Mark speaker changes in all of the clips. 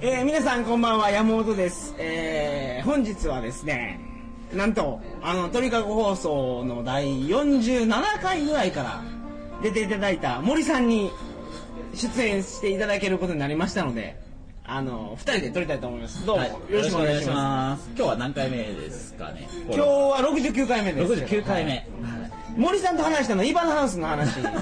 Speaker 1: えー、皆さんこんばんは山本です、えー、本日はですねなんとあの鳥かご放送の第47回ぐらいから出ていただいた森さんに出演していただけることになりましたのであの2人で撮りたいと思いますどうも、
Speaker 2: はい、
Speaker 1: よろしくお願いします
Speaker 2: す。今日は何回目ですかね。
Speaker 1: 今日は69回目です
Speaker 2: 六十九回目。
Speaker 1: 森さんと話したのイバナハウスの話
Speaker 2: そうですね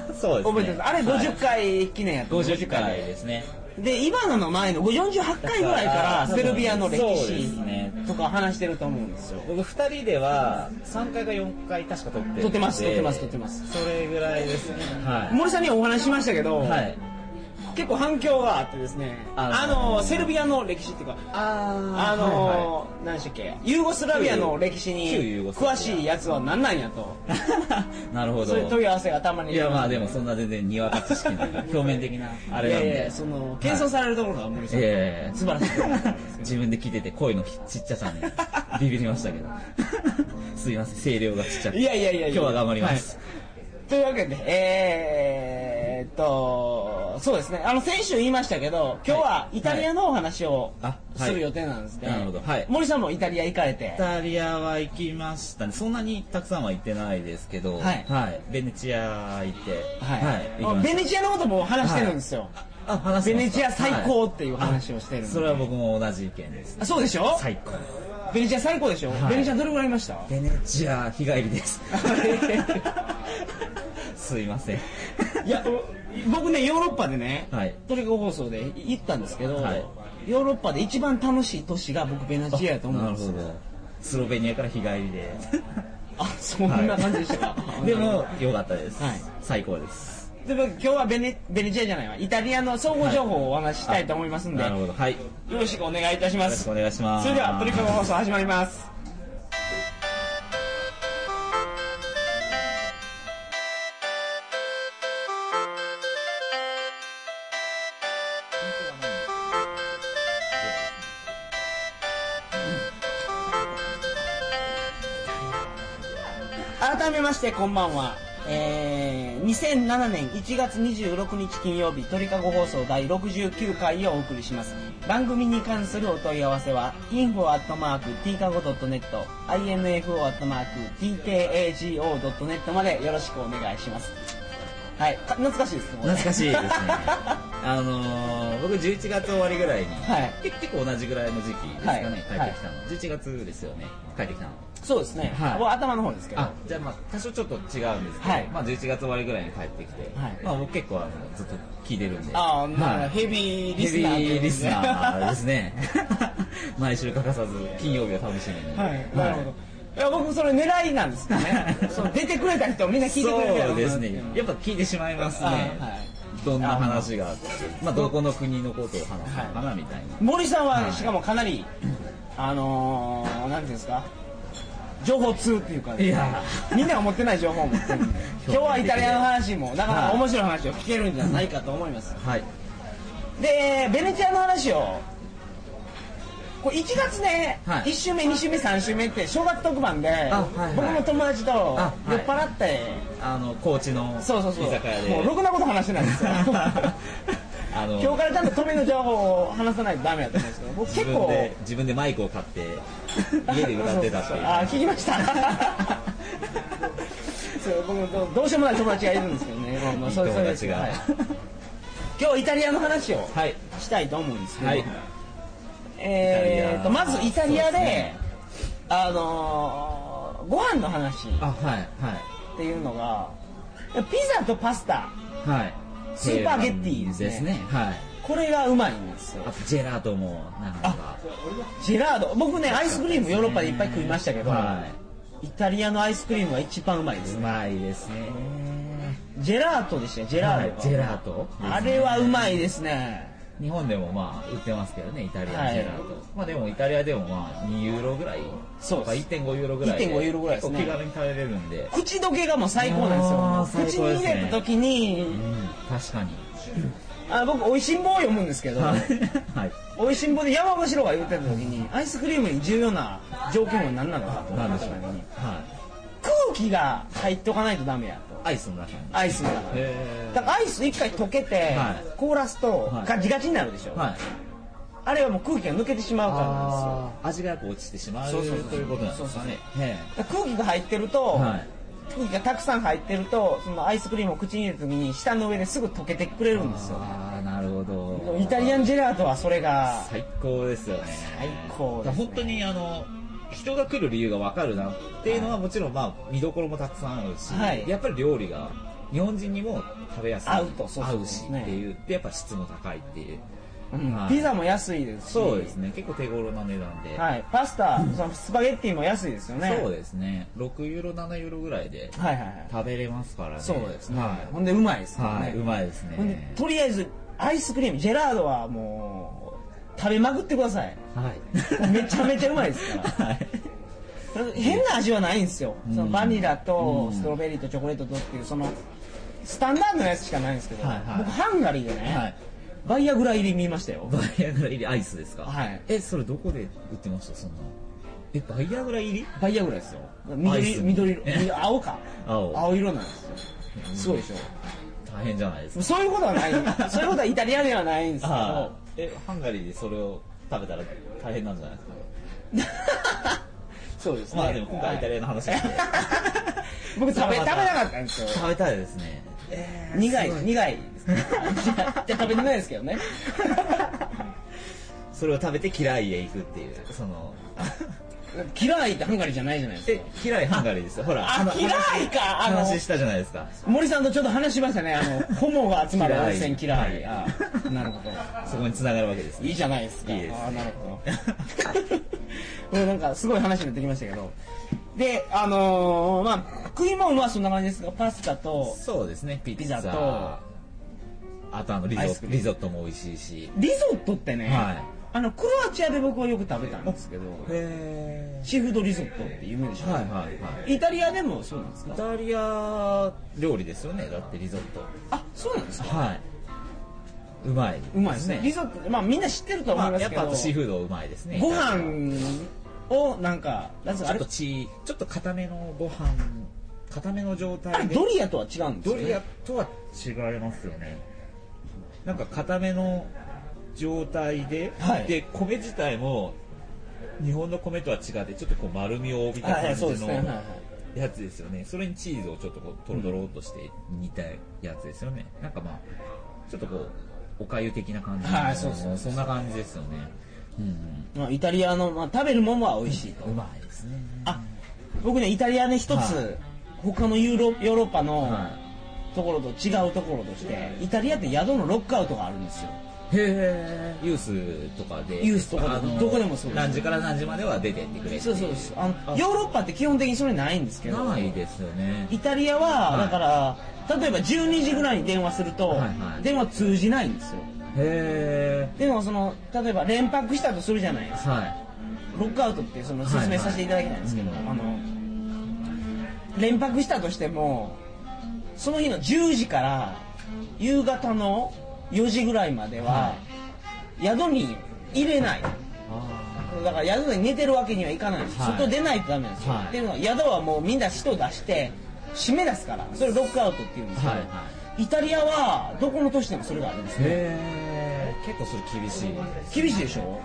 Speaker 1: 覚えてますあれ50回記念やった、
Speaker 2: 五十回ですね。
Speaker 1: でイバナの前の48回ぐらいからセルビアの歴
Speaker 2: そうで
Speaker 1: 史
Speaker 2: すね
Speaker 1: とか話してると思うんですよ
Speaker 2: 僕二人では三回か四回確か撮ってるんで
Speaker 1: 撮ってます撮ってます撮ってます。
Speaker 2: それぐらいですね。は
Speaker 1: 森さんにはお話ししましたけど、
Speaker 2: い。はい。
Speaker 1: 結構反響があってですねあ
Speaker 2: あ
Speaker 1: のセルビアの歴史っていうか
Speaker 2: あ
Speaker 1: あの何でしたっけユーゴスラビアの歴史
Speaker 2: 旧ユー
Speaker 1: に
Speaker 2: ゴスラビア
Speaker 1: 詳しいやつは何なんやと
Speaker 2: なるほ
Speaker 1: そういう
Speaker 2: ど
Speaker 1: 問。い合わせがたまに
Speaker 2: いやまあで もそんな全然にわか知識な表面的なあれなん
Speaker 1: いやいや
Speaker 2: で。
Speaker 1: その謙遜されるところが森さん、
Speaker 2: ええ
Speaker 1: 素晴らしい
Speaker 2: 自分で聞いてて声のちっちゃさにビビりましたけど すいません声量がちっちゃく
Speaker 1: いやいやいやいや
Speaker 2: 今日は頑張ります、
Speaker 1: というわけで、えー、っと、そうですね、あの先週言いましたけど、今日はイタリアのお話を
Speaker 2: あはい
Speaker 1: する予定なんですね。
Speaker 2: なるほどはい
Speaker 1: 森さんもイタリア行かれて
Speaker 2: イ、タリアは行きましたねそんなにたくさんは行ってないですけど、
Speaker 1: はい
Speaker 2: ベネチア行って
Speaker 1: はい
Speaker 2: 行きまし
Speaker 1: ベネチアのことも話してるんですよ。
Speaker 2: たあ話
Speaker 1: ベ
Speaker 2: しました
Speaker 1: ネチア最高っていう話
Speaker 2: は
Speaker 1: をしてるん
Speaker 2: い
Speaker 1: で
Speaker 2: それは僕も同じ意見です
Speaker 1: あそうでしょ
Speaker 2: 最高
Speaker 1: ベネチア最高でしょ、
Speaker 2: はい
Speaker 1: ベネチアどれぐらいいま した
Speaker 2: ベネチア日帰りです すいません
Speaker 1: いや、僕ね、ヨーロッパでね、
Speaker 2: はい
Speaker 1: トリコ放送で行ったんですけど、
Speaker 2: はい
Speaker 1: ヨーロッパで一番楽しい都市が僕ベネチアやと思うんですよ。
Speaker 2: なるほどスロベニアから日帰 りで
Speaker 1: あ、そんな感じでしたか。
Speaker 2: でも良かったです、
Speaker 1: はい
Speaker 2: 最高です
Speaker 1: というわけで今日はベネベネチアじゃないわイタリアの総合情報をお話ししたいと思いますんで、
Speaker 2: なるほどはいよ
Speaker 1: よろしくお願いいたしま
Speaker 2: ろし
Speaker 1: す
Speaker 2: くお願いしま
Speaker 1: そ
Speaker 2: す
Speaker 1: れではトリカゴ放送始まります改めましてこんばんはえー、2007年1月26日金曜日鳥かご放送第69回をお送りします番組に関するお問い合わせは info.tkago.net info.tkago.net までよろしくお願いしますはいか懐かしいですねこれ
Speaker 2: 懐かしいですねあのー僕11月終わりぐらいに、
Speaker 1: はい
Speaker 2: 結結構同じぐらいの時期ですか
Speaker 1: は
Speaker 2: ね、
Speaker 1: い
Speaker 2: 帰ってきたの、11月ですよね帰ってきたの
Speaker 1: そうですね、
Speaker 2: はい
Speaker 1: もう頭の方ですけど
Speaker 2: あじゃあまあ多少ちょっと違うんですけど、
Speaker 1: はい
Speaker 2: まあ、11月終わりぐらいに帰ってきて、
Speaker 1: はい
Speaker 2: まあ、僕結構あのずっと聞いてるんで
Speaker 1: あーなるほど
Speaker 2: はい
Speaker 1: ヘビーリ
Speaker 2: ヘ
Speaker 1: ス
Speaker 2: ビ
Speaker 1: ナーということで
Speaker 2: ーリスナーですね 毎週欠かさず金曜日を楽しみに
Speaker 1: はい、なるほど。いや、僕、それ狙いなんですよ ね。その出てくれた人をみんな聞いてくれてる
Speaker 2: そうですねやっぱ聞いてしまいますね、
Speaker 1: あはい
Speaker 2: どんな話があってまあどこの国のことを話すのかなみたいな、
Speaker 1: 森さんは、
Speaker 2: はい
Speaker 1: しかもかなり、あのー、なんていうんですか。情報通っていうか、
Speaker 2: いや
Speaker 1: みんなが持ってない情報 を持ってるんで。今日はイタリアの話も、なかなか
Speaker 2: はい
Speaker 1: 面白い話を聞けるんじゃないかと思います。
Speaker 2: はい
Speaker 1: で、ベネチアの話を。これ1月ね、
Speaker 2: はい
Speaker 1: 1週目2週目3週目って正月特番で、
Speaker 2: あはいはい
Speaker 1: 僕の友達と
Speaker 2: あはい
Speaker 1: 酔っ払って、
Speaker 2: あの高知の居酒
Speaker 1: そうそうそう
Speaker 2: 屋で
Speaker 1: もうろくなこと話してないんです よ
Speaker 2: あの
Speaker 1: 今日からちゃんと止めの情報を話さないとダメやと思うんですけど僕
Speaker 2: 自
Speaker 1: 結
Speaker 2: 分
Speaker 1: 構
Speaker 2: で自分でマイクを買って家で歌ってたってい う
Speaker 1: あ聞きま したそう僕どうどうしようもない友達がいるんですけどね、まあまあ
Speaker 2: いい
Speaker 1: それそれ
Speaker 2: 友
Speaker 1: です
Speaker 2: 達が
Speaker 1: はい今日イタリアの話を
Speaker 2: はい
Speaker 1: したいと思うんですけど、
Speaker 2: はい
Speaker 1: えー、と
Speaker 2: イタリ
Speaker 1: ま
Speaker 2: ア
Speaker 1: ずイタリア
Speaker 2: そ
Speaker 1: で
Speaker 2: うですね
Speaker 1: あのーご飯の話っ
Speaker 2: あはい
Speaker 1: ていうのがピザとパスタ
Speaker 2: はいはい
Speaker 1: スーパゲッティですね
Speaker 2: ですねはい
Speaker 1: これがうまいんですよ
Speaker 2: あとジェラートもなんか
Speaker 1: ジェラード僕ねアイスクリームヨーロッパでいっぱい食いましたけど、
Speaker 2: は
Speaker 1: イタリアのアイスクリームが一番うまいで
Speaker 2: い
Speaker 1: す
Speaker 2: うまいですね
Speaker 1: ジェラートでしたよジェラート
Speaker 2: はいジェラートですね
Speaker 1: あれはうまいですね
Speaker 2: 日本でもまあ売ってますけどねイタリア
Speaker 1: はい
Speaker 2: のジェラート、まあでもイタリアでもまあ2ユーロぐらい
Speaker 1: そうです
Speaker 2: まあ1.5ユーロぐらいで
Speaker 1: 1.5ユーロぐらいですね
Speaker 2: 結構気軽に食べれるんで、
Speaker 1: 口どけがもう最高な
Speaker 2: あ
Speaker 1: ん
Speaker 2: ー
Speaker 1: です
Speaker 2: 最
Speaker 1: よ口に
Speaker 2: 高です
Speaker 1: 入れ
Speaker 2: ね
Speaker 1: た時に
Speaker 2: うん、確かに
Speaker 1: あ僕「おいしんぼ」を読むんですけど
Speaker 2: はい
Speaker 1: 「おいしんぼ」で山越郎が言ってた時にアイスクリームに重要な条件は何なのかと
Speaker 2: なんでしょう
Speaker 1: に
Speaker 2: はい
Speaker 1: 空気が入っとかないとダメやと
Speaker 2: アイスの中に
Speaker 1: アイスの中で
Speaker 2: へ
Speaker 1: だからアイス一回溶けて、
Speaker 2: はい
Speaker 1: 凍らすと
Speaker 2: はい
Speaker 1: ガチガチになるでしょ、
Speaker 2: はい
Speaker 1: あれはもう空気が抜けてしまうからなんですよ
Speaker 2: あー味がこう落ちてしまう
Speaker 1: そうそうそう
Speaker 2: ということなんです
Speaker 1: そうそう
Speaker 2: か
Speaker 1: そう
Speaker 2: ね。え
Speaker 1: だから空気が入ってると、
Speaker 2: えはい。
Speaker 1: 空気がたくさん入ってるとそのアイスクリームを口に入れた時に舌の上ですぐ溶けてくれるんですよ
Speaker 2: ああ、なるほど。
Speaker 1: イタリアンジェラートはそれが
Speaker 2: 最高ですよね。
Speaker 1: 最高ですね
Speaker 2: 本当にあの、人が来る理由がわかるなっていうのはもちろんまあ見どころもたくさんあるし、
Speaker 1: はい
Speaker 2: やっぱり料理が日本人にも食べやすい。
Speaker 1: 合うとそうそう
Speaker 2: 合うしっていう。で、やっぱ質も高いっていう。
Speaker 1: うん
Speaker 2: はい
Speaker 1: ピザも安いですし
Speaker 2: そうですね。結構手頃な値段で。
Speaker 1: はい、パスタそのスパゲッティも安いですよね
Speaker 2: そうですね。6ユーロ、7ユーロぐらいで
Speaker 1: はいはいはい
Speaker 2: 食べれますからね。
Speaker 1: そうですね、
Speaker 2: はい
Speaker 1: ほんでうまいですよね、
Speaker 2: はい、うまいです
Speaker 1: ほんで
Speaker 2: ね。
Speaker 1: とりあえずアイスクリームジェラードはもう食べまくってくださ い
Speaker 2: はい
Speaker 1: めちゃめちゃうまいですか
Speaker 2: はい。
Speaker 1: 変な味はないんですよ、
Speaker 2: うん
Speaker 1: そのバニラと
Speaker 2: うん
Speaker 1: ストロベリーとチョコレートとっていうそのスタンダードのやつしかないんですけど、
Speaker 2: はいはい
Speaker 1: 僕ハンガリーでね、
Speaker 2: はい
Speaker 1: バイアグラ入り見ましたよ
Speaker 2: バイアグラ入りアイスですか
Speaker 1: はい
Speaker 2: え、それどこで売ってましたそんな。え、バイアグラ入り
Speaker 1: バイアグラですよ
Speaker 2: アイス
Speaker 1: 緑緑色 緑青か
Speaker 2: 青
Speaker 1: 色なんですよすごいでし
Speaker 2: 大変じゃないです
Speaker 1: ょ
Speaker 2: か。
Speaker 1: そういうことはないそういうことはイタリアではないんですけ
Speaker 2: あ
Speaker 1: ど
Speaker 2: あ。え、ハンガリーでそれを食べたら大変なんじゃないですか
Speaker 1: そうですね
Speaker 2: まあでも今回はイタリアの話なんで。
Speaker 1: 僕 食べ食べな
Speaker 2: それはまた
Speaker 1: かったんですよ
Speaker 2: 食べたいですね。
Speaker 1: 苦い
Speaker 2: すごい
Speaker 1: 苦いですね じゃあ食べてないですけどね
Speaker 2: それを食べて嫌いへ行くっていう、その、
Speaker 1: 嫌いってハンガリーじゃないじゃないです
Speaker 2: え、嫌いハンガリーですよ。ほら、
Speaker 1: かあ
Speaker 2: 話
Speaker 1: 嫌いかあの
Speaker 2: 話したじゃないですか。
Speaker 1: 森さんとちょっと話しましたねあ のホモが集まる
Speaker 2: 嫌い
Speaker 1: 温泉嫌い
Speaker 2: は
Speaker 1: ああなるほど
Speaker 2: そこに繋がるわけですね。
Speaker 1: いいじゃないですか
Speaker 2: いいですね
Speaker 1: ああなるほど これなんかすごい話になってきましたけどであのーまあ食い物はそんな感じですがパスタと
Speaker 2: そうですね、ピッツァ
Speaker 1: ピザと
Speaker 2: あとあのリゾ
Speaker 1: アイスクリーム
Speaker 2: リゾットも美味しいし。
Speaker 1: リゾットってね、
Speaker 2: はい
Speaker 1: あのクロアチアで僕はよく食べたんですけど
Speaker 2: へ
Speaker 1: シーフードリゾットって有名でしょ、
Speaker 2: はいはいはい。
Speaker 1: イタリアでもそうなんです
Speaker 2: イ
Speaker 1: か
Speaker 2: タリア料理ですよね、だってリゾット。
Speaker 1: あそうなんですか
Speaker 2: はい。うまい。
Speaker 1: うまいですねリゾットまあみんな知ってると思
Speaker 2: ま
Speaker 1: い
Speaker 2: あ
Speaker 1: ます
Speaker 2: やっ
Speaker 1: けど、
Speaker 2: ぱシーフードうまいですね。
Speaker 1: ご
Speaker 2: イタリアは
Speaker 1: 飯をなんかなんすかあ
Speaker 2: ちょっ
Speaker 1: れ
Speaker 2: とち、ちょっと固めのご飯、固めの状
Speaker 1: あ
Speaker 2: 態
Speaker 1: れ
Speaker 2: で。
Speaker 1: ドリアとは違うんです
Speaker 2: ド
Speaker 1: ね
Speaker 2: リアとは違いますよね。なんか固めの状態で、
Speaker 1: はい
Speaker 2: で米自体も日本の米とは違ってちょっとこう丸みを帯びた
Speaker 1: あはい
Speaker 2: 感じ
Speaker 1: そうです
Speaker 2: の
Speaker 1: ねはいはい
Speaker 2: やつですよね。それにチーズをちょっとこうトロトロっとして煮たやつですよね。なんかまあちょっとこうお粥的な感じの、
Speaker 1: はいそうそうそう
Speaker 2: そんな感じですよね。うん
Speaker 1: まあ、イタリアの、まあ、食べるものは美味しいと、
Speaker 2: うん、うまいですね。
Speaker 1: あ僕ねイタリアね一つ、
Speaker 2: はい
Speaker 1: 他のユーロヨーロッパの
Speaker 2: は
Speaker 1: ところと違うところとしてイタリアって宿のロックアウトがあるんですよ
Speaker 2: い。へえ。ユースとかで。
Speaker 1: ユースとかで
Speaker 2: あの
Speaker 1: どこでもそうです
Speaker 2: 何時から何時までは出てってくれってい。
Speaker 1: そうそうですあの
Speaker 2: あ
Speaker 1: ヨーロッパって基本的にそれないんですけど
Speaker 2: ないですよね。
Speaker 1: イタリアは、
Speaker 2: はい
Speaker 1: だから例えば12時ぐらいに電話すると、
Speaker 2: はいはい
Speaker 1: 電話通じないんですよ
Speaker 2: へ
Speaker 1: でもその例えば連泊したとするじゃないですか
Speaker 2: ー。は
Speaker 1: ロックアウトってその説明させていただきたいんですけど、
Speaker 2: はいはい
Speaker 1: あの連泊したとしてもその日の10時から夕方の4時ぐらいまでは
Speaker 2: は、
Speaker 1: 宿に入れない
Speaker 2: い。あ
Speaker 1: だから宿で寝てるわけにはいかないし、
Speaker 2: はい
Speaker 1: 外出ないとダメなんですよ、
Speaker 2: はい
Speaker 1: っていうのは宿はもうみんな人出して締め出すからそれロックアウトっていうんですけど、
Speaker 2: はいは
Speaker 1: イタリアはどこの都市でもそれがあるんです
Speaker 2: ー。
Speaker 1: ね
Speaker 2: へー。結構それ厳しい。
Speaker 1: 厳しいでしょ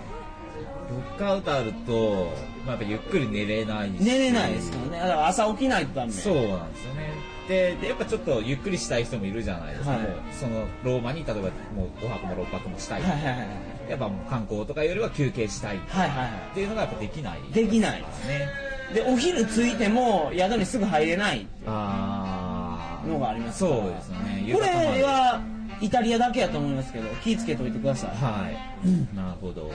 Speaker 2: ロックアウトあると、まあ、やっぱゆっくり寝れないし。
Speaker 1: 寝れないですからねだから朝起きないとダメ
Speaker 2: そうなんですよね。で、でやっぱちょっとゆっくりしたい人もいるじゃないですか。
Speaker 1: はい
Speaker 2: もうそのローマに例えばもう5泊も6泊もしたい。
Speaker 1: はいはいはいはい
Speaker 2: やっぱもう観光とかよりは休憩したいっ
Speaker 1: はいはいは
Speaker 2: ていうのがやっぱできない。
Speaker 1: いできない
Speaker 2: すね。
Speaker 1: でお昼着いても宿にすぐ入れない
Speaker 2: あー。
Speaker 1: のがありますから
Speaker 2: そうですよね。
Speaker 1: これ
Speaker 2: 夕方まで
Speaker 1: はイタリアだけやと思いますけど気ぃつけといてください
Speaker 2: はい。なる ほど。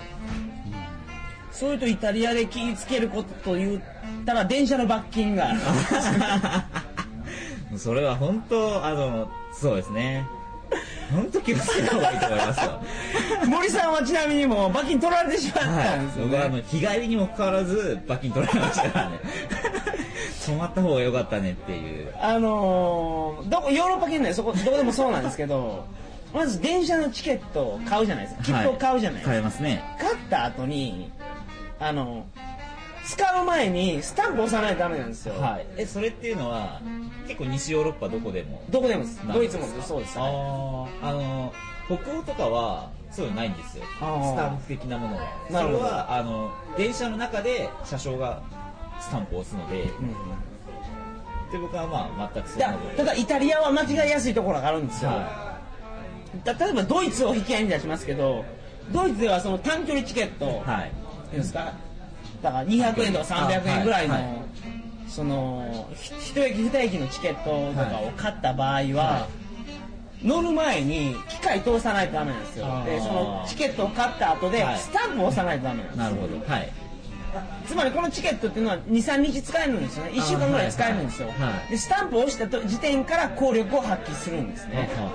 Speaker 1: そういうとイタリアで気ぃつけることと言ったら電車の罰金 がある
Speaker 2: それは本当あのそうですね本当気をつけた方がいいと思いますよ
Speaker 1: 森さんはちなみにもう罰金取られてしまったんです
Speaker 2: はい
Speaker 1: よ
Speaker 2: 僕
Speaker 1: ね、
Speaker 2: はあの日帰りにもかかわらず罰金取られまし たからね泊まった方が良かったねっていう
Speaker 1: あのーどこヨーロッパ圏内そこどこでもそうなんですけどまず電車のチケットを買うじゃないですか切符を買うじゃないですか、
Speaker 2: はい買えますね
Speaker 1: 買った後にあの使う前にスタンプ押さないとダメなんですよ、
Speaker 2: はいえそれっていうのは結構西ヨーロッパどこでも
Speaker 1: どこでもです
Speaker 2: なん
Speaker 1: ド
Speaker 2: で
Speaker 1: イ
Speaker 2: す
Speaker 1: ツ
Speaker 2: か
Speaker 1: もそうです
Speaker 2: あーあの北欧とかはそういうのないんですよス
Speaker 1: あー
Speaker 2: タンプ的なものは
Speaker 1: なるほど
Speaker 2: それはあの電車の中で車掌がスタンプを押すのでで僕はまあ全くそんな
Speaker 1: だ
Speaker 2: こと
Speaker 1: ただイタリアは間違いやすいところがあるんですよ、
Speaker 2: は
Speaker 1: だ例えばドイツを引き合いに出しますけどドイツではその短距離チケット、
Speaker 2: い、はい、
Speaker 1: いいですかだから200円とか300円ぐらいの、
Speaker 2: はいはい
Speaker 1: そのひ一駅二駅のチケットとかを買った場合は、
Speaker 2: は
Speaker 1: 乗る前に機械通さないとダメなんですよ
Speaker 2: あー
Speaker 1: でそのチケットを買った後で
Speaker 2: はい
Speaker 1: スタンプを押さないとダメなんですよ
Speaker 2: なるほどはい
Speaker 1: つまりこのチケットっていうのは23日使えるんですよね1週間ぐらい使えるんですよ、
Speaker 2: はいはいはい
Speaker 1: でスタンプを押したと時点から効力を発揮するんですね、
Speaker 2: ははは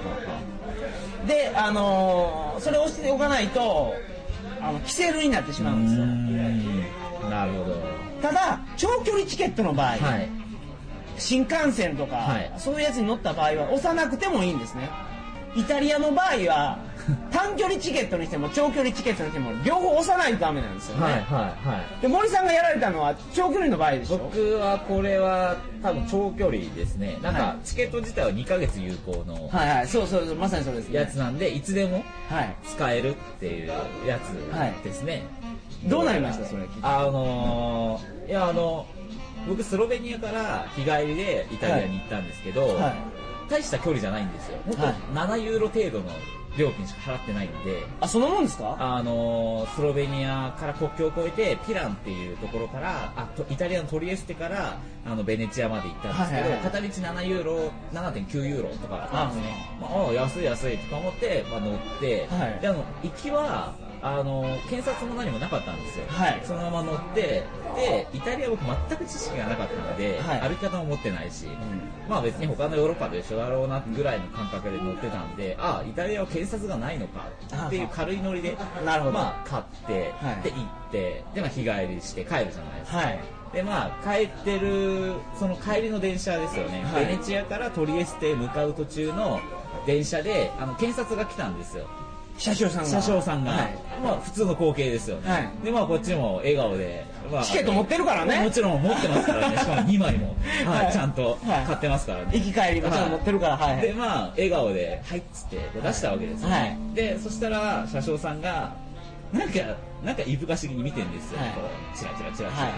Speaker 1: で、あのーそれを押しておかないとあの規制類になってしまうんですよ、
Speaker 2: うーんなるほど
Speaker 1: ただ長距離チケットの場合、
Speaker 2: はい
Speaker 1: 新幹線とか、
Speaker 2: はい
Speaker 1: そういうやつに乗った場合は押さなくてもいいんですねイタリアの場合 は短距離チケットにしても長距離チケットにしても両方押さないとダメなんですよね、
Speaker 2: はいはいはい
Speaker 1: で森さんがやられたのは長距離の場合でしょ
Speaker 2: 僕はこれは多分長距離ですねなん
Speaker 1: は
Speaker 2: かチケット自体は2ヶ月有効の
Speaker 1: はいはいそうそうそうまさにそうですね
Speaker 2: やつなんでいつでも
Speaker 1: はい
Speaker 2: 使えるっていうやつですね、
Speaker 1: どうなりましたそれ聞いて
Speaker 2: あのー、いやあの僕スロベニアから日帰りでイタリアに行ったんですけど、
Speaker 1: はい
Speaker 2: 大した距離じゃないんですよ本当
Speaker 1: はい
Speaker 2: 7ユーロ程度の料金しか払ってないんで
Speaker 1: あそのもんですか
Speaker 2: あのースロベニアから国境を越えてピランっていうところからあとイタリアのトリエステからあのベネチアまで行ったんですけど、
Speaker 1: はいはいはい
Speaker 2: 片道7ユーロ7.9ユーロとかだったんですねまあ、あ安い安いとか思って、まあ、乗って、
Speaker 1: はい
Speaker 2: であの行きはあの検察も何もなかったんですよ、
Speaker 1: はい
Speaker 2: そのまま乗ってでイタリア僕全く知識がなかったので、
Speaker 1: はい
Speaker 2: 歩き方も持ってないし、まあ別に他のヨーロッパと一緒だろうなぐらいの感覚で乗ってたんで、ああイタリアは警察がないのかっていう軽いノリで
Speaker 1: なるほど
Speaker 2: まあ買って、
Speaker 1: はい
Speaker 2: で行ってでまあ日帰りして帰るじゃないですか、
Speaker 1: はい
Speaker 2: でまあ帰ってるその帰りの電車ですよね、
Speaker 1: はい
Speaker 2: ベネチアからトリエステへ向かう途中の電車であの検察が来たんですよ
Speaker 1: 車掌さんが
Speaker 2: 車掌さんが、
Speaker 1: はい
Speaker 2: まあ普通の光景ですよね、
Speaker 1: はい
Speaker 2: でまあこっちも笑顔で、まあ、
Speaker 1: チケット持ってるからね
Speaker 2: もちろん持ってますからねしかも2枚も、はい
Speaker 1: はい
Speaker 2: ちゃんと買ってますからね、
Speaker 1: 行き帰りもちろん乗ってるからはいはい
Speaker 2: でまあ笑顔で「はい」っつって出したわけですよ、ね
Speaker 1: はい
Speaker 2: でそしたら車掌さんがなんかなんかいぶかしげに見てるんですよ、
Speaker 1: はい
Speaker 2: こうチラチラチラチラ、
Speaker 1: は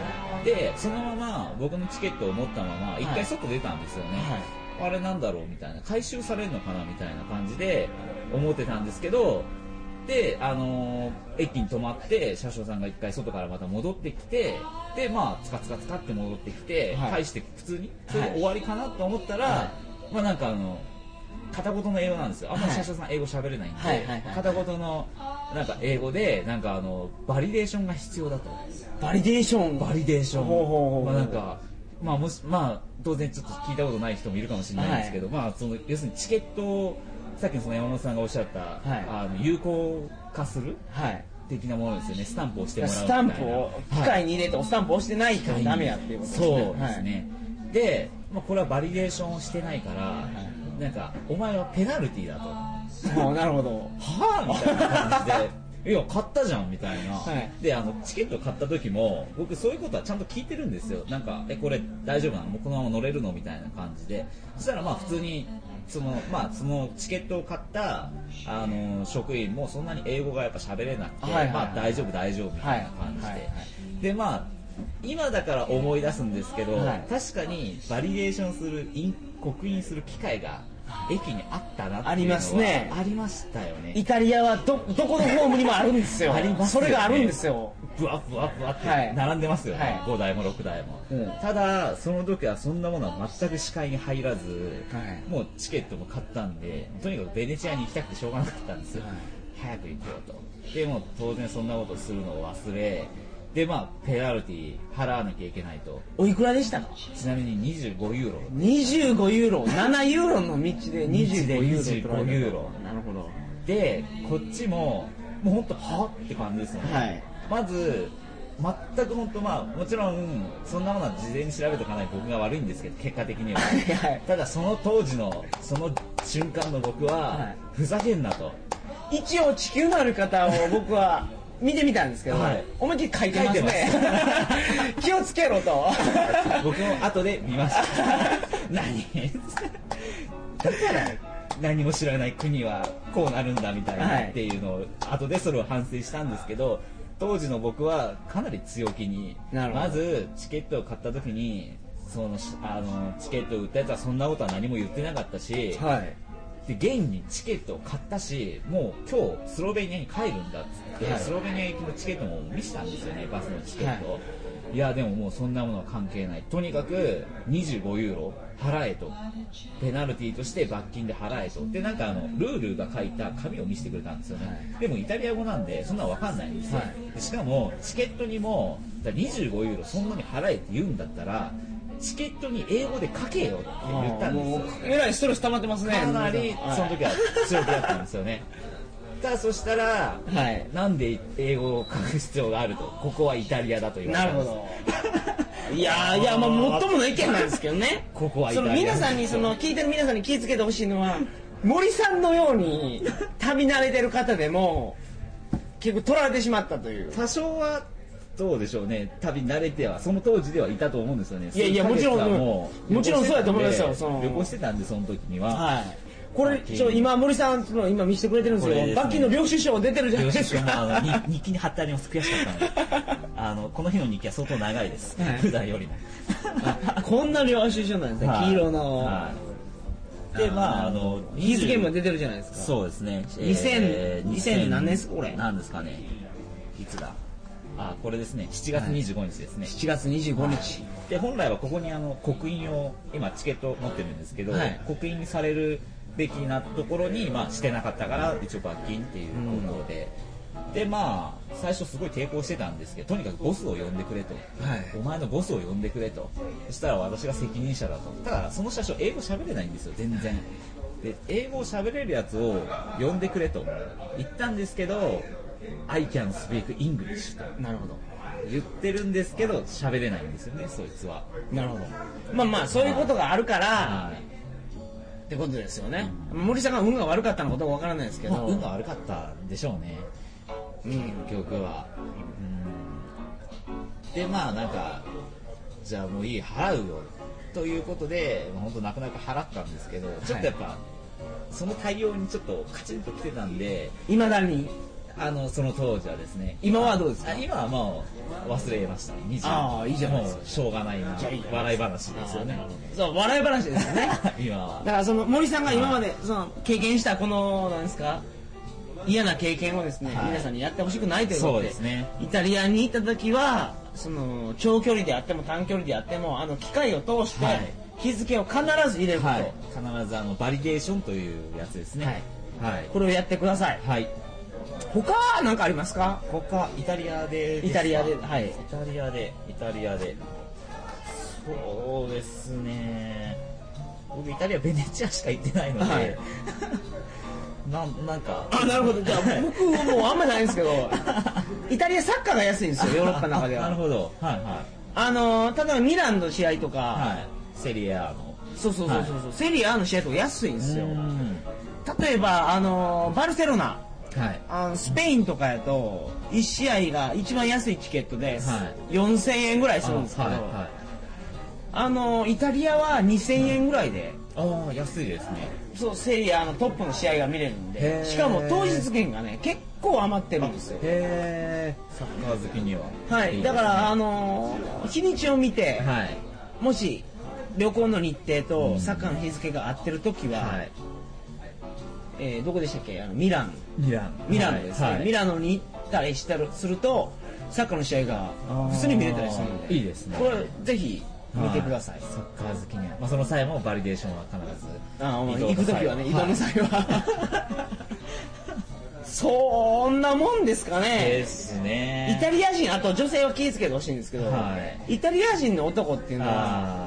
Speaker 2: でそのまま僕のチケットを持ったまま一回外出たんですよね、あれなんだろうみたいな回収されるのかなみたいな感じで思ってたんですけどであのー駅に止まって車掌さんが一回外からまた戻ってきてでまあつかつかつかって戻ってきて、
Speaker 1: はい
Speaker 2: 返して普通にそれで
Speaker 1: はい
Speaker 2: 終わりかなと思ったら、
Speaker 1: は
Speaker 2: まあなんかあの片言の英語なんですよあんまり車掌さん英語喋れないんで、
Speaker 1: はいはいはいはい
Speaker 2: 片言のなんか英語でなんかあのバリデーションが必要だと
Speaker 1: バリデーション
Speaker 2: バリデーション
Speaker 1: ほうほうほうほう
Speaker 2: まあなんかまあもしまあ当然ちょっと聞いたことない人もいるかもしれないんですけど、まあその要するにチケットをさっきのその山本さんがおっしゃった、
Speaker 1: い
Speaker 2: あの有効化する
Speaker 1: はい
Speaker 2: 的なものですよねスタンプをしてもらう
Speaker 1: ス
Speaker 2: みた
Speaker 1: タ
Speaker 2: い
Speaker 1: ン
Speaker 2: な
Speaker 1: プを機械に入れて、スタンプを押してないとダメやっていうことですね
Speaker 2: そうですね、で、まあ、これはバリデーションをしてないから、なんかお前はペナルティーだと
Speaker 1: はい、もうなるほど
Speaker 2: はあみたいな感 じでいや買ったじゃんみたいな、
Speaker 1: はい
Speaker 2: であのチケット買った時も僕そういうことはちゃんと聞いてるんですよなんかえこれ大丈夫なのもうこのまま乗れるのみたいな感じでそしたらまあ普通にそのまあそのチケットを買ったあの職員もそんなに英語がやっぱ喋れなく
Speaker 1: は
Speaker 2: て、
Speaker 1: いはいはい
Speaker 2: まあ大丈夫大丈夫みたいな感じで、
Speaker 1: はいはいはい
Speaker 2: でまあ今だから思い出すんですけど、
Speaker 1: はい
Speaker 2: 確かにバリデーションする印刻印する機会が駅にあったなっていうのは
Speaker 1: ありますね
Speaker 2: ありましたよね
Speaker 1: イタリアはどどこのホームにもあるんですよ
Speaker 2: あります
Speaker 1: そ
Speaker 2: よね
Speaker 1: れがあるんですよ
Speaker 2: ブワブワブワ
Speaker 1: は
Speaker 2: って
Speaker 1: い
Speaker 2: 並んでますよね、
Speaker 1: はい
Speaker 2: 5台も6台も、
Speaker 1: うん
Speaker 2: ただその時はそんなものは全く視界に入らず、
Speaker 1: はい
Speaker 2: もうチケットも買ったんでとにかくベネチアに行きたくてしょうがなかったんですよ、
Speaker 1: はい
Speaker 2: 早く行こうとでもう当然そんなことするのを忘れでまあペナルティ払わなきゃいけないと
Speaker 1: おいくらでしたか
Speaker 2: ちなみに25ユーロ
Speaker 1: 25ユーロ7ユーロの道で25ユーロ
Speaker 2: 25ユーロ
Speaker 1: なるほど
Speaker 2: でこっちももう本当はって感じですよね、
Speaker 1: はい
Speaker 2: まず全く本当まあもちろんそんなものは事前に調べておかない僕が悪いんですけど結果的には
Speaker 1: はいはい
Speaker 2: ただその当時のその瞬間の僕は、
Speaker 1: はい
Speaker 2: ふざけんなと
Speaker 1: 一応地球のある方を僕は見てみたんですけど、
Speaker 2: はい
Speaker 1: 思いっきり書いてますね
Speaker 2: 書いてま
Speaker 1: 気をつけろと
Speaker 2: 僕も後で見ました何だから何も知らない国はこうなるんだみたい
Speaker 1: は
Speaker 2: ないっていうのを、後でそれを反省したんですけど当時の僕はかなり強気に
Speaker 1: なるほど
Speaker 2: まずチケットを買った時にそのしあのチケットを売ったやつはそんなことは何も言ってなかったし、
Speaker 1: はい
Speaker 2: で現にチケットを買ったしもう今日スロベニアに帰るんだっつって、
Speaker 1: はい
Speaker 2: スロベニア行きのチケットも見せたんですよねバスのチケットを、い、やでももうそんなものは関係ないとにかく25ユーロ払えとペナルティとして罰金で払えとでなんかあのルールが書いた紙を見せてくれたんですよね、でもイタリア語なんでそんなの分かんないんですよ、
Speaker 1: はい
Speaker 2: でしかもチケットにもだから25ユーロそんなに払えって言うんだったらチケットに英語で書けよって言ったんですよ
Speaker 1: えらいストレス溜まってますね
Speaker 2: かなりその時は強くなったんですよ ね。ただそしたら、
Speaker 1: はい
Speaker 2: なんで英語を書く必要があると、ここはイタリアだと言われ
Speaker 1: な
Speaker 2: た
Speaker 1: る
Speaker 2: んで
Speaker 1: ほ
Speaker 2: す。
Speaker 1: どいやーいやまあもっともの意見なんですけどね
Speaker 2: ここはイタ
Speaker 1: そ
Speaker 2: リ
Speaker 1: の
Speaker 2: ア
Speaker 1: 皆さんにその聞いてる皆さんに気をつけてほしいのは森さんのように旅慣れてる方でも結構取られてしまったという
Speaker 2: 多少はどうでしょうね、旅慣れては、その当時ではいたと思うんですよね。
Speaker 1: いやいや
Speaker 2: 数ヶ月は
Speaker 1: もちろん
Speaker 2: もう
Speaker 1: もちろんそうやと思いますよ
Speaker 2: 旅行してたんで
Speaker 1: その
Speaker 2: 旅行してたんで、その時には。
Speaker 1: はいこれちょ今森さんその今見せてくれてるんです
Speaker 2: これで
Speaker 1: よ
Speaker 2: すね
Speaker 1: バッキーの領収書出てるじゃない
Speaker 2: 領
Speaker 1: で
Speaker 2: 収
Speaker 1: す
Speaker 2: 書も
Speaker 1: か
Speaker 2: あのに日記に貼ってあります悔しかったんであのこの日の日記は相当長いです、
Speaker 1: はい
Speaker 2: 普段よりも
Speaker 1: こんな領収書なんですね
Speaker 2: はい
Speaker 1: 黄色の
Speaker 2: はいでまああの
Speaker 1: 日付も出てるじゃないですか
Speaker 2: そうですね。
Speaker 1: 2000 2000何年ですこれ
Speaker 2: なんですかね。いつだ。あ、これですね。7月
Speaker 1: はい
Speaker 2: 25日ですね。
Speaker 1: 7月25日
Speaker 2: で本来はここにあの刻印を今チケット持ってるんですけど、
Speaker 1: はい
Speaker 2: 刻印されるべきなところにまあしてなかったから一応罰金っていうことで。でまあ、最初すごい抵抗してたんですけどとにかくボスを呼んでくれと、
Speaker 1: はい
Speaker 2: お前のボスを呼んでくれとそしたら私が責任者だとただその車掌英語喋れないんですよ全然で英語を喋れるやつを呼んでくれと言ったんですけど「I can speak English」と
Speaker 1: なるほど
Speaker 2: 言ってるんですけど喋れないんですよねそいつは
Speaker 1: なるほどまあまあそういうことがあるから、
Speaker 2: はい
Speaker 1: ってことですよね、森さんが運が悪かったのことは分からないですけど、
Speaker 2: まあ運が悪かったんでしょうね
Speaker 1: うん
Speaker 2: 結局はうんでまあなんかじゃあもういい払うよということで本当泣く泣く払ったんですけどちょっとやっぱ、その対応にちょっとカチンときてたんで
Speaker 1: いまだに
Speaker 2: あのその当時はですね
Speaker 1: 今はどうですか
Speaker 2: あ今はもう忘れました20
Speaker 1: ああいいじゃないですか
Speaker 2: もうしょうがないな
Speaker 1: じゃあいいじゃない
Speaker 2: 笑い話ですよね
Speaker 1: そう笑い話ですよ ね
Speaker 2: 今
Speaker 1: だ
Speaker 2: は
Speaker 1: からその森さんが今までその経験したこのなんですか嫌な経験をですね、
Speaker 2: はい
Speaker 1: 皆さんにやってほしくないということで
Speaker 2: そうですね
Speaker 1: イタリアに行った時はその長距離であっても短距離であってもあの機械を通して
Speaker 2: はい
Speaker 1: 日付を必ず入れること、
Speaker 2: はい、必ずあのバリデーションというやつですね。はい。はい。
Speaker 1: これをやってください他なんかありますか
Speaker 2: 他イタリアでで
Speaker 1: イ
Speaker 2: すか
Speaker 1: タリアではい
Speaker 2: イタリアでイタリアで。そうですね。僕イタリアベネチアしか行ってないので。
Speaker 1: はい
Speaker 2: なんなんか。
Speaker 1: あなるほどじゃあ
Speaker 2: はい
Speaker 1: 僕はもうあんまないんですけど イタリアサッカーが安いんですよヨーロッパの中で
Speaker 2: あなる
Speaker 1: は
Speaker 2: ほど。はいは
Speaker 1: あのー例えばミランの試合とか、
Speaker 2: いはい。セリアの。
Speaker 1: そうそうそうそう、セリアの試合とか安いんですよ
Speaker 2: うん
Speaker 1: 例えばあのーバルセロナ
Speaker 2: はい。
Speaker 1: あのスペインとかやと1試合が一番安いチケットで、
Speaker 2: は
Speaker 1: 4000円ぐらいするんですけどあ,、
Speaker 2: はいはい。
Speaker 1: のーイタリアは2000円ぐらいで、
Speaker 2: ああ安いですね。
Speaker 1: そうセリアのトップの試合が見れるん
Speaker 2: へ
Speaker 1: で
Speaker 2: ー
Speaker 1: しかも当日券がね結構余ってるんですよ
Speaker 2: へえ。サッカー好きには。
Speaker 1: はい、だから、あのー日にちを見て、
Speaker 2: はい。
Speaker 1: もし旅行の日程とサッカーの日付が合ってる時は、
Speaker 2: はい。
Speaker 1: えーどこでしたっけあのミラン
Speaker 2: ミラン。
Speaker 1: ミラノですね、
Speaker 2: はい
Speaker 1: ミラノに行ったりしたるするとサッカーの試合が普通に見れたりするん
Speaker 2: あ
Speaker 1: で
Speaker 2: ーいいですね
Speaker 1: これぜひ見てください、
Speaker 2: はサッカー好きには、まあ、その際もバリデーションは必ず
Speaker 1: あーまあ
Speaker 2: 移動の
Speaker 1: 行く時はね移動の際はそんなもんですか
Speaker 2: で
Speaker 1: ね、
Speaker 2: すね
Speaker 1: イタリア人あと女性は気をつけてほしいんですけど、
Speaker 2: は
Speaker 1: イタリア人の男っていうのは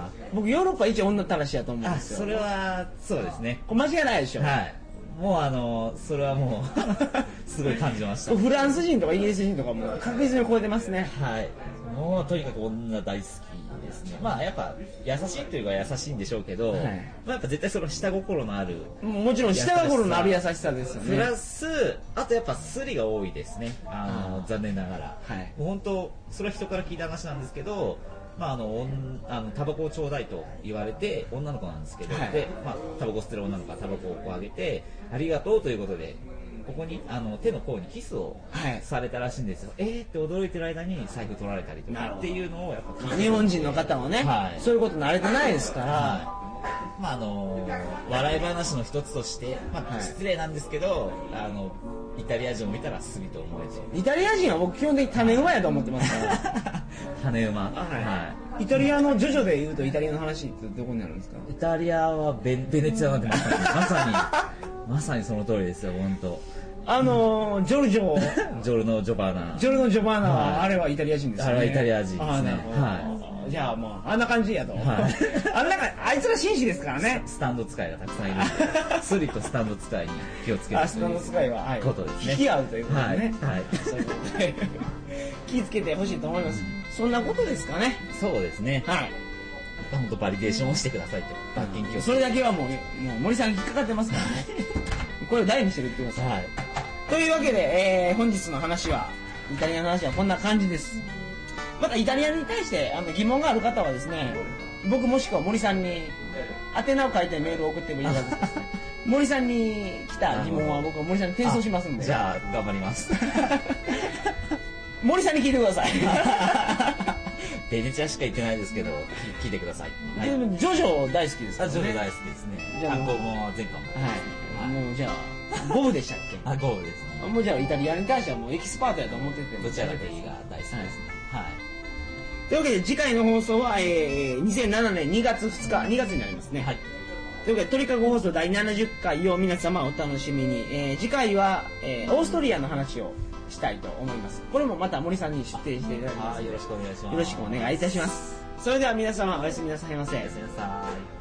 Speaker 2: あ
Speaker 1: 僕ヨーロッパ一女たらしやと思
Speaker 2: ー
Speaker 1: うん
Speaker 2: あ
Speaker 1: ですよ
Speaker 2: それはそうですね
Speaker 1: これ間違いないでしょ、
Speaker 2: はいもうあのそれはもう すごい感じました
Speaker 1: フランス人とかイギリス人とかも確実に超えてますね
Speaker 2: はいもうとにかく女大好きですねまあやっぱ優しいというか優しいんでしょうけど、
Speaker 1: はい
Speaker 2: まあ、やっぱ絶対その下心のある
Speaker 1: ももちろん下心のある優しさですよ
Speaker 2: プ
Speaker 1: ね
Speaker 2: ラス、あとやっぱスリが多いですね、あの
Speaker 1: あー
Speaker 2: 残念ながら、
Speaker 1: はい
Speaker 2: もう本当、それは人から聞いた話なんですけど、まあ、あのおんあのタバコをちょうだいと言われて女の子なんですけど、
Speaker 1: はい
Speaker 2: でまあ、タバコ吸ってる女の子がタバコをこうあげてありがとうということでここにあの手の甲にキスを
Speaker 1: はい
Speaker 2: されたらしいんですよ、えーって驚いてる間に財布取られたりと
Speaker 1: なる
Speaker 2: か
Speaker 1: ほ
Speaker 2: っ
Speaker 1: ど
Speaker 2: ていうのをやっぱ聞いて
Speaker 1: 日本人の方はね、
Speaker 2: はい
Speaker 1: そういうこと慣れてないですから、
Speaker 2: はいまああの笑い話の一つとして、ま
Speaker 1: は
Speaker 2: あ、
Speaker 1: い
Speaker 2: 失礼なんですけど、あのイタリア人を見たらすみと思 えと
Speaker 1: イタリア人は僕基本的に種馬やと思ってますから
Speaker 2: 羽馬、
Speaker 1: はい
Speaker 2: は
Speaker 1: イタリアのジョジョで言うとイタリアの話ってどこになるんですか
Speaker 2: い、イタリアはベベネチアなんてまさにまさにまさにその通りですよ本当
Speaker 1: あのー、ジョルジョ、
Speaker 2: ジョルノ・ジョバーナ
Speaker 1: ジョルノ・ジョバーナは、
Speaker 2: はい
Speaker 1: あれはイタリア人ですよね。
Speaker 2: あれはイタリア人ですね
Speaker 1: あーなるほど
Speaker 2: は
Speaker 1: じゃあもう、あんな感じやと。
Speaker 2: はい
Speaker 1: あんなかあいつら紳士ですからね。
Speaker 2: スタンド使いがたくさんいるんで スリとスタンド使いに気をつける
Speaker 1: あそこの使いは、はい、
Speaker 2: ことですね
Speaker 1: 引き合うということでね。
Speaker 2: はいはい
Speaker 1: そういうことで気をつけてほしいと思います。そんなことですかね。
Speaker 2: そうですね
Speaker 1: はい。
Speaker 2: 本当バリデーションをしてくださいと罰金気をつ
Speaker 1: そ
Speaker 2: け
Speaker 1: れだけはもう、もう森さん引っかかってますからね。これを大にしてるって言ってくだ
Speaker 2: て
Speaker 1: さい。
Speaker 2: はい
Speaker 1: というわけで、えー本日の話は、イタリアの話はこんな感じです。またイタリアに対してあの疑問がある方はですね、僕もしくは森さんに、宛名を書いてメールを送ってもいいです か森さんに来た疑問は僕は森さんに転送しますんで。
Speaker 2: あじゃあ頑張ります
Speaker 1: 森さんに聞いてくださ い。
Speaker 2: ベネチアしか行ってないですけどき聞いてください、はい、
Speaker 1: でもジョジョ大好きですか
Speaker 2: あ
Speaker 1: らね。
Speaker 2: ジョジョ大好きですね
Speaker 1: じゃあ
Speaker 2: 単行本は前回も
Speaker 1: はい。もうじゃあ、ボブでしたっ
Speaker 2: あゴールです
Speaker 1: け
Speaker 2: ね
Speaker 1: もうじゃあイタリアに関してはもうエキスパートやと思ってて。
Speaker 2: どちらかといいが大好きですねはい
Speaker 1: というわけで次回の放送は、えー、2007年2月2日2月になりますね、
Speaker 2: はい、
Speaker 1: というわけで鳥かご放送第70回を皆様お楽しみに、えー次回は、えーオーストリアの話をしたいと思いますこれもまた森さんに出演していただきま
Speaker 2: あ
Speaker 1: す
Speaker 2: ーよろしくお願いします
Speaker 1: よろしくお願いいたしますそれでは皆様おやすみなさいませ
Speaker 2: おやすみなさい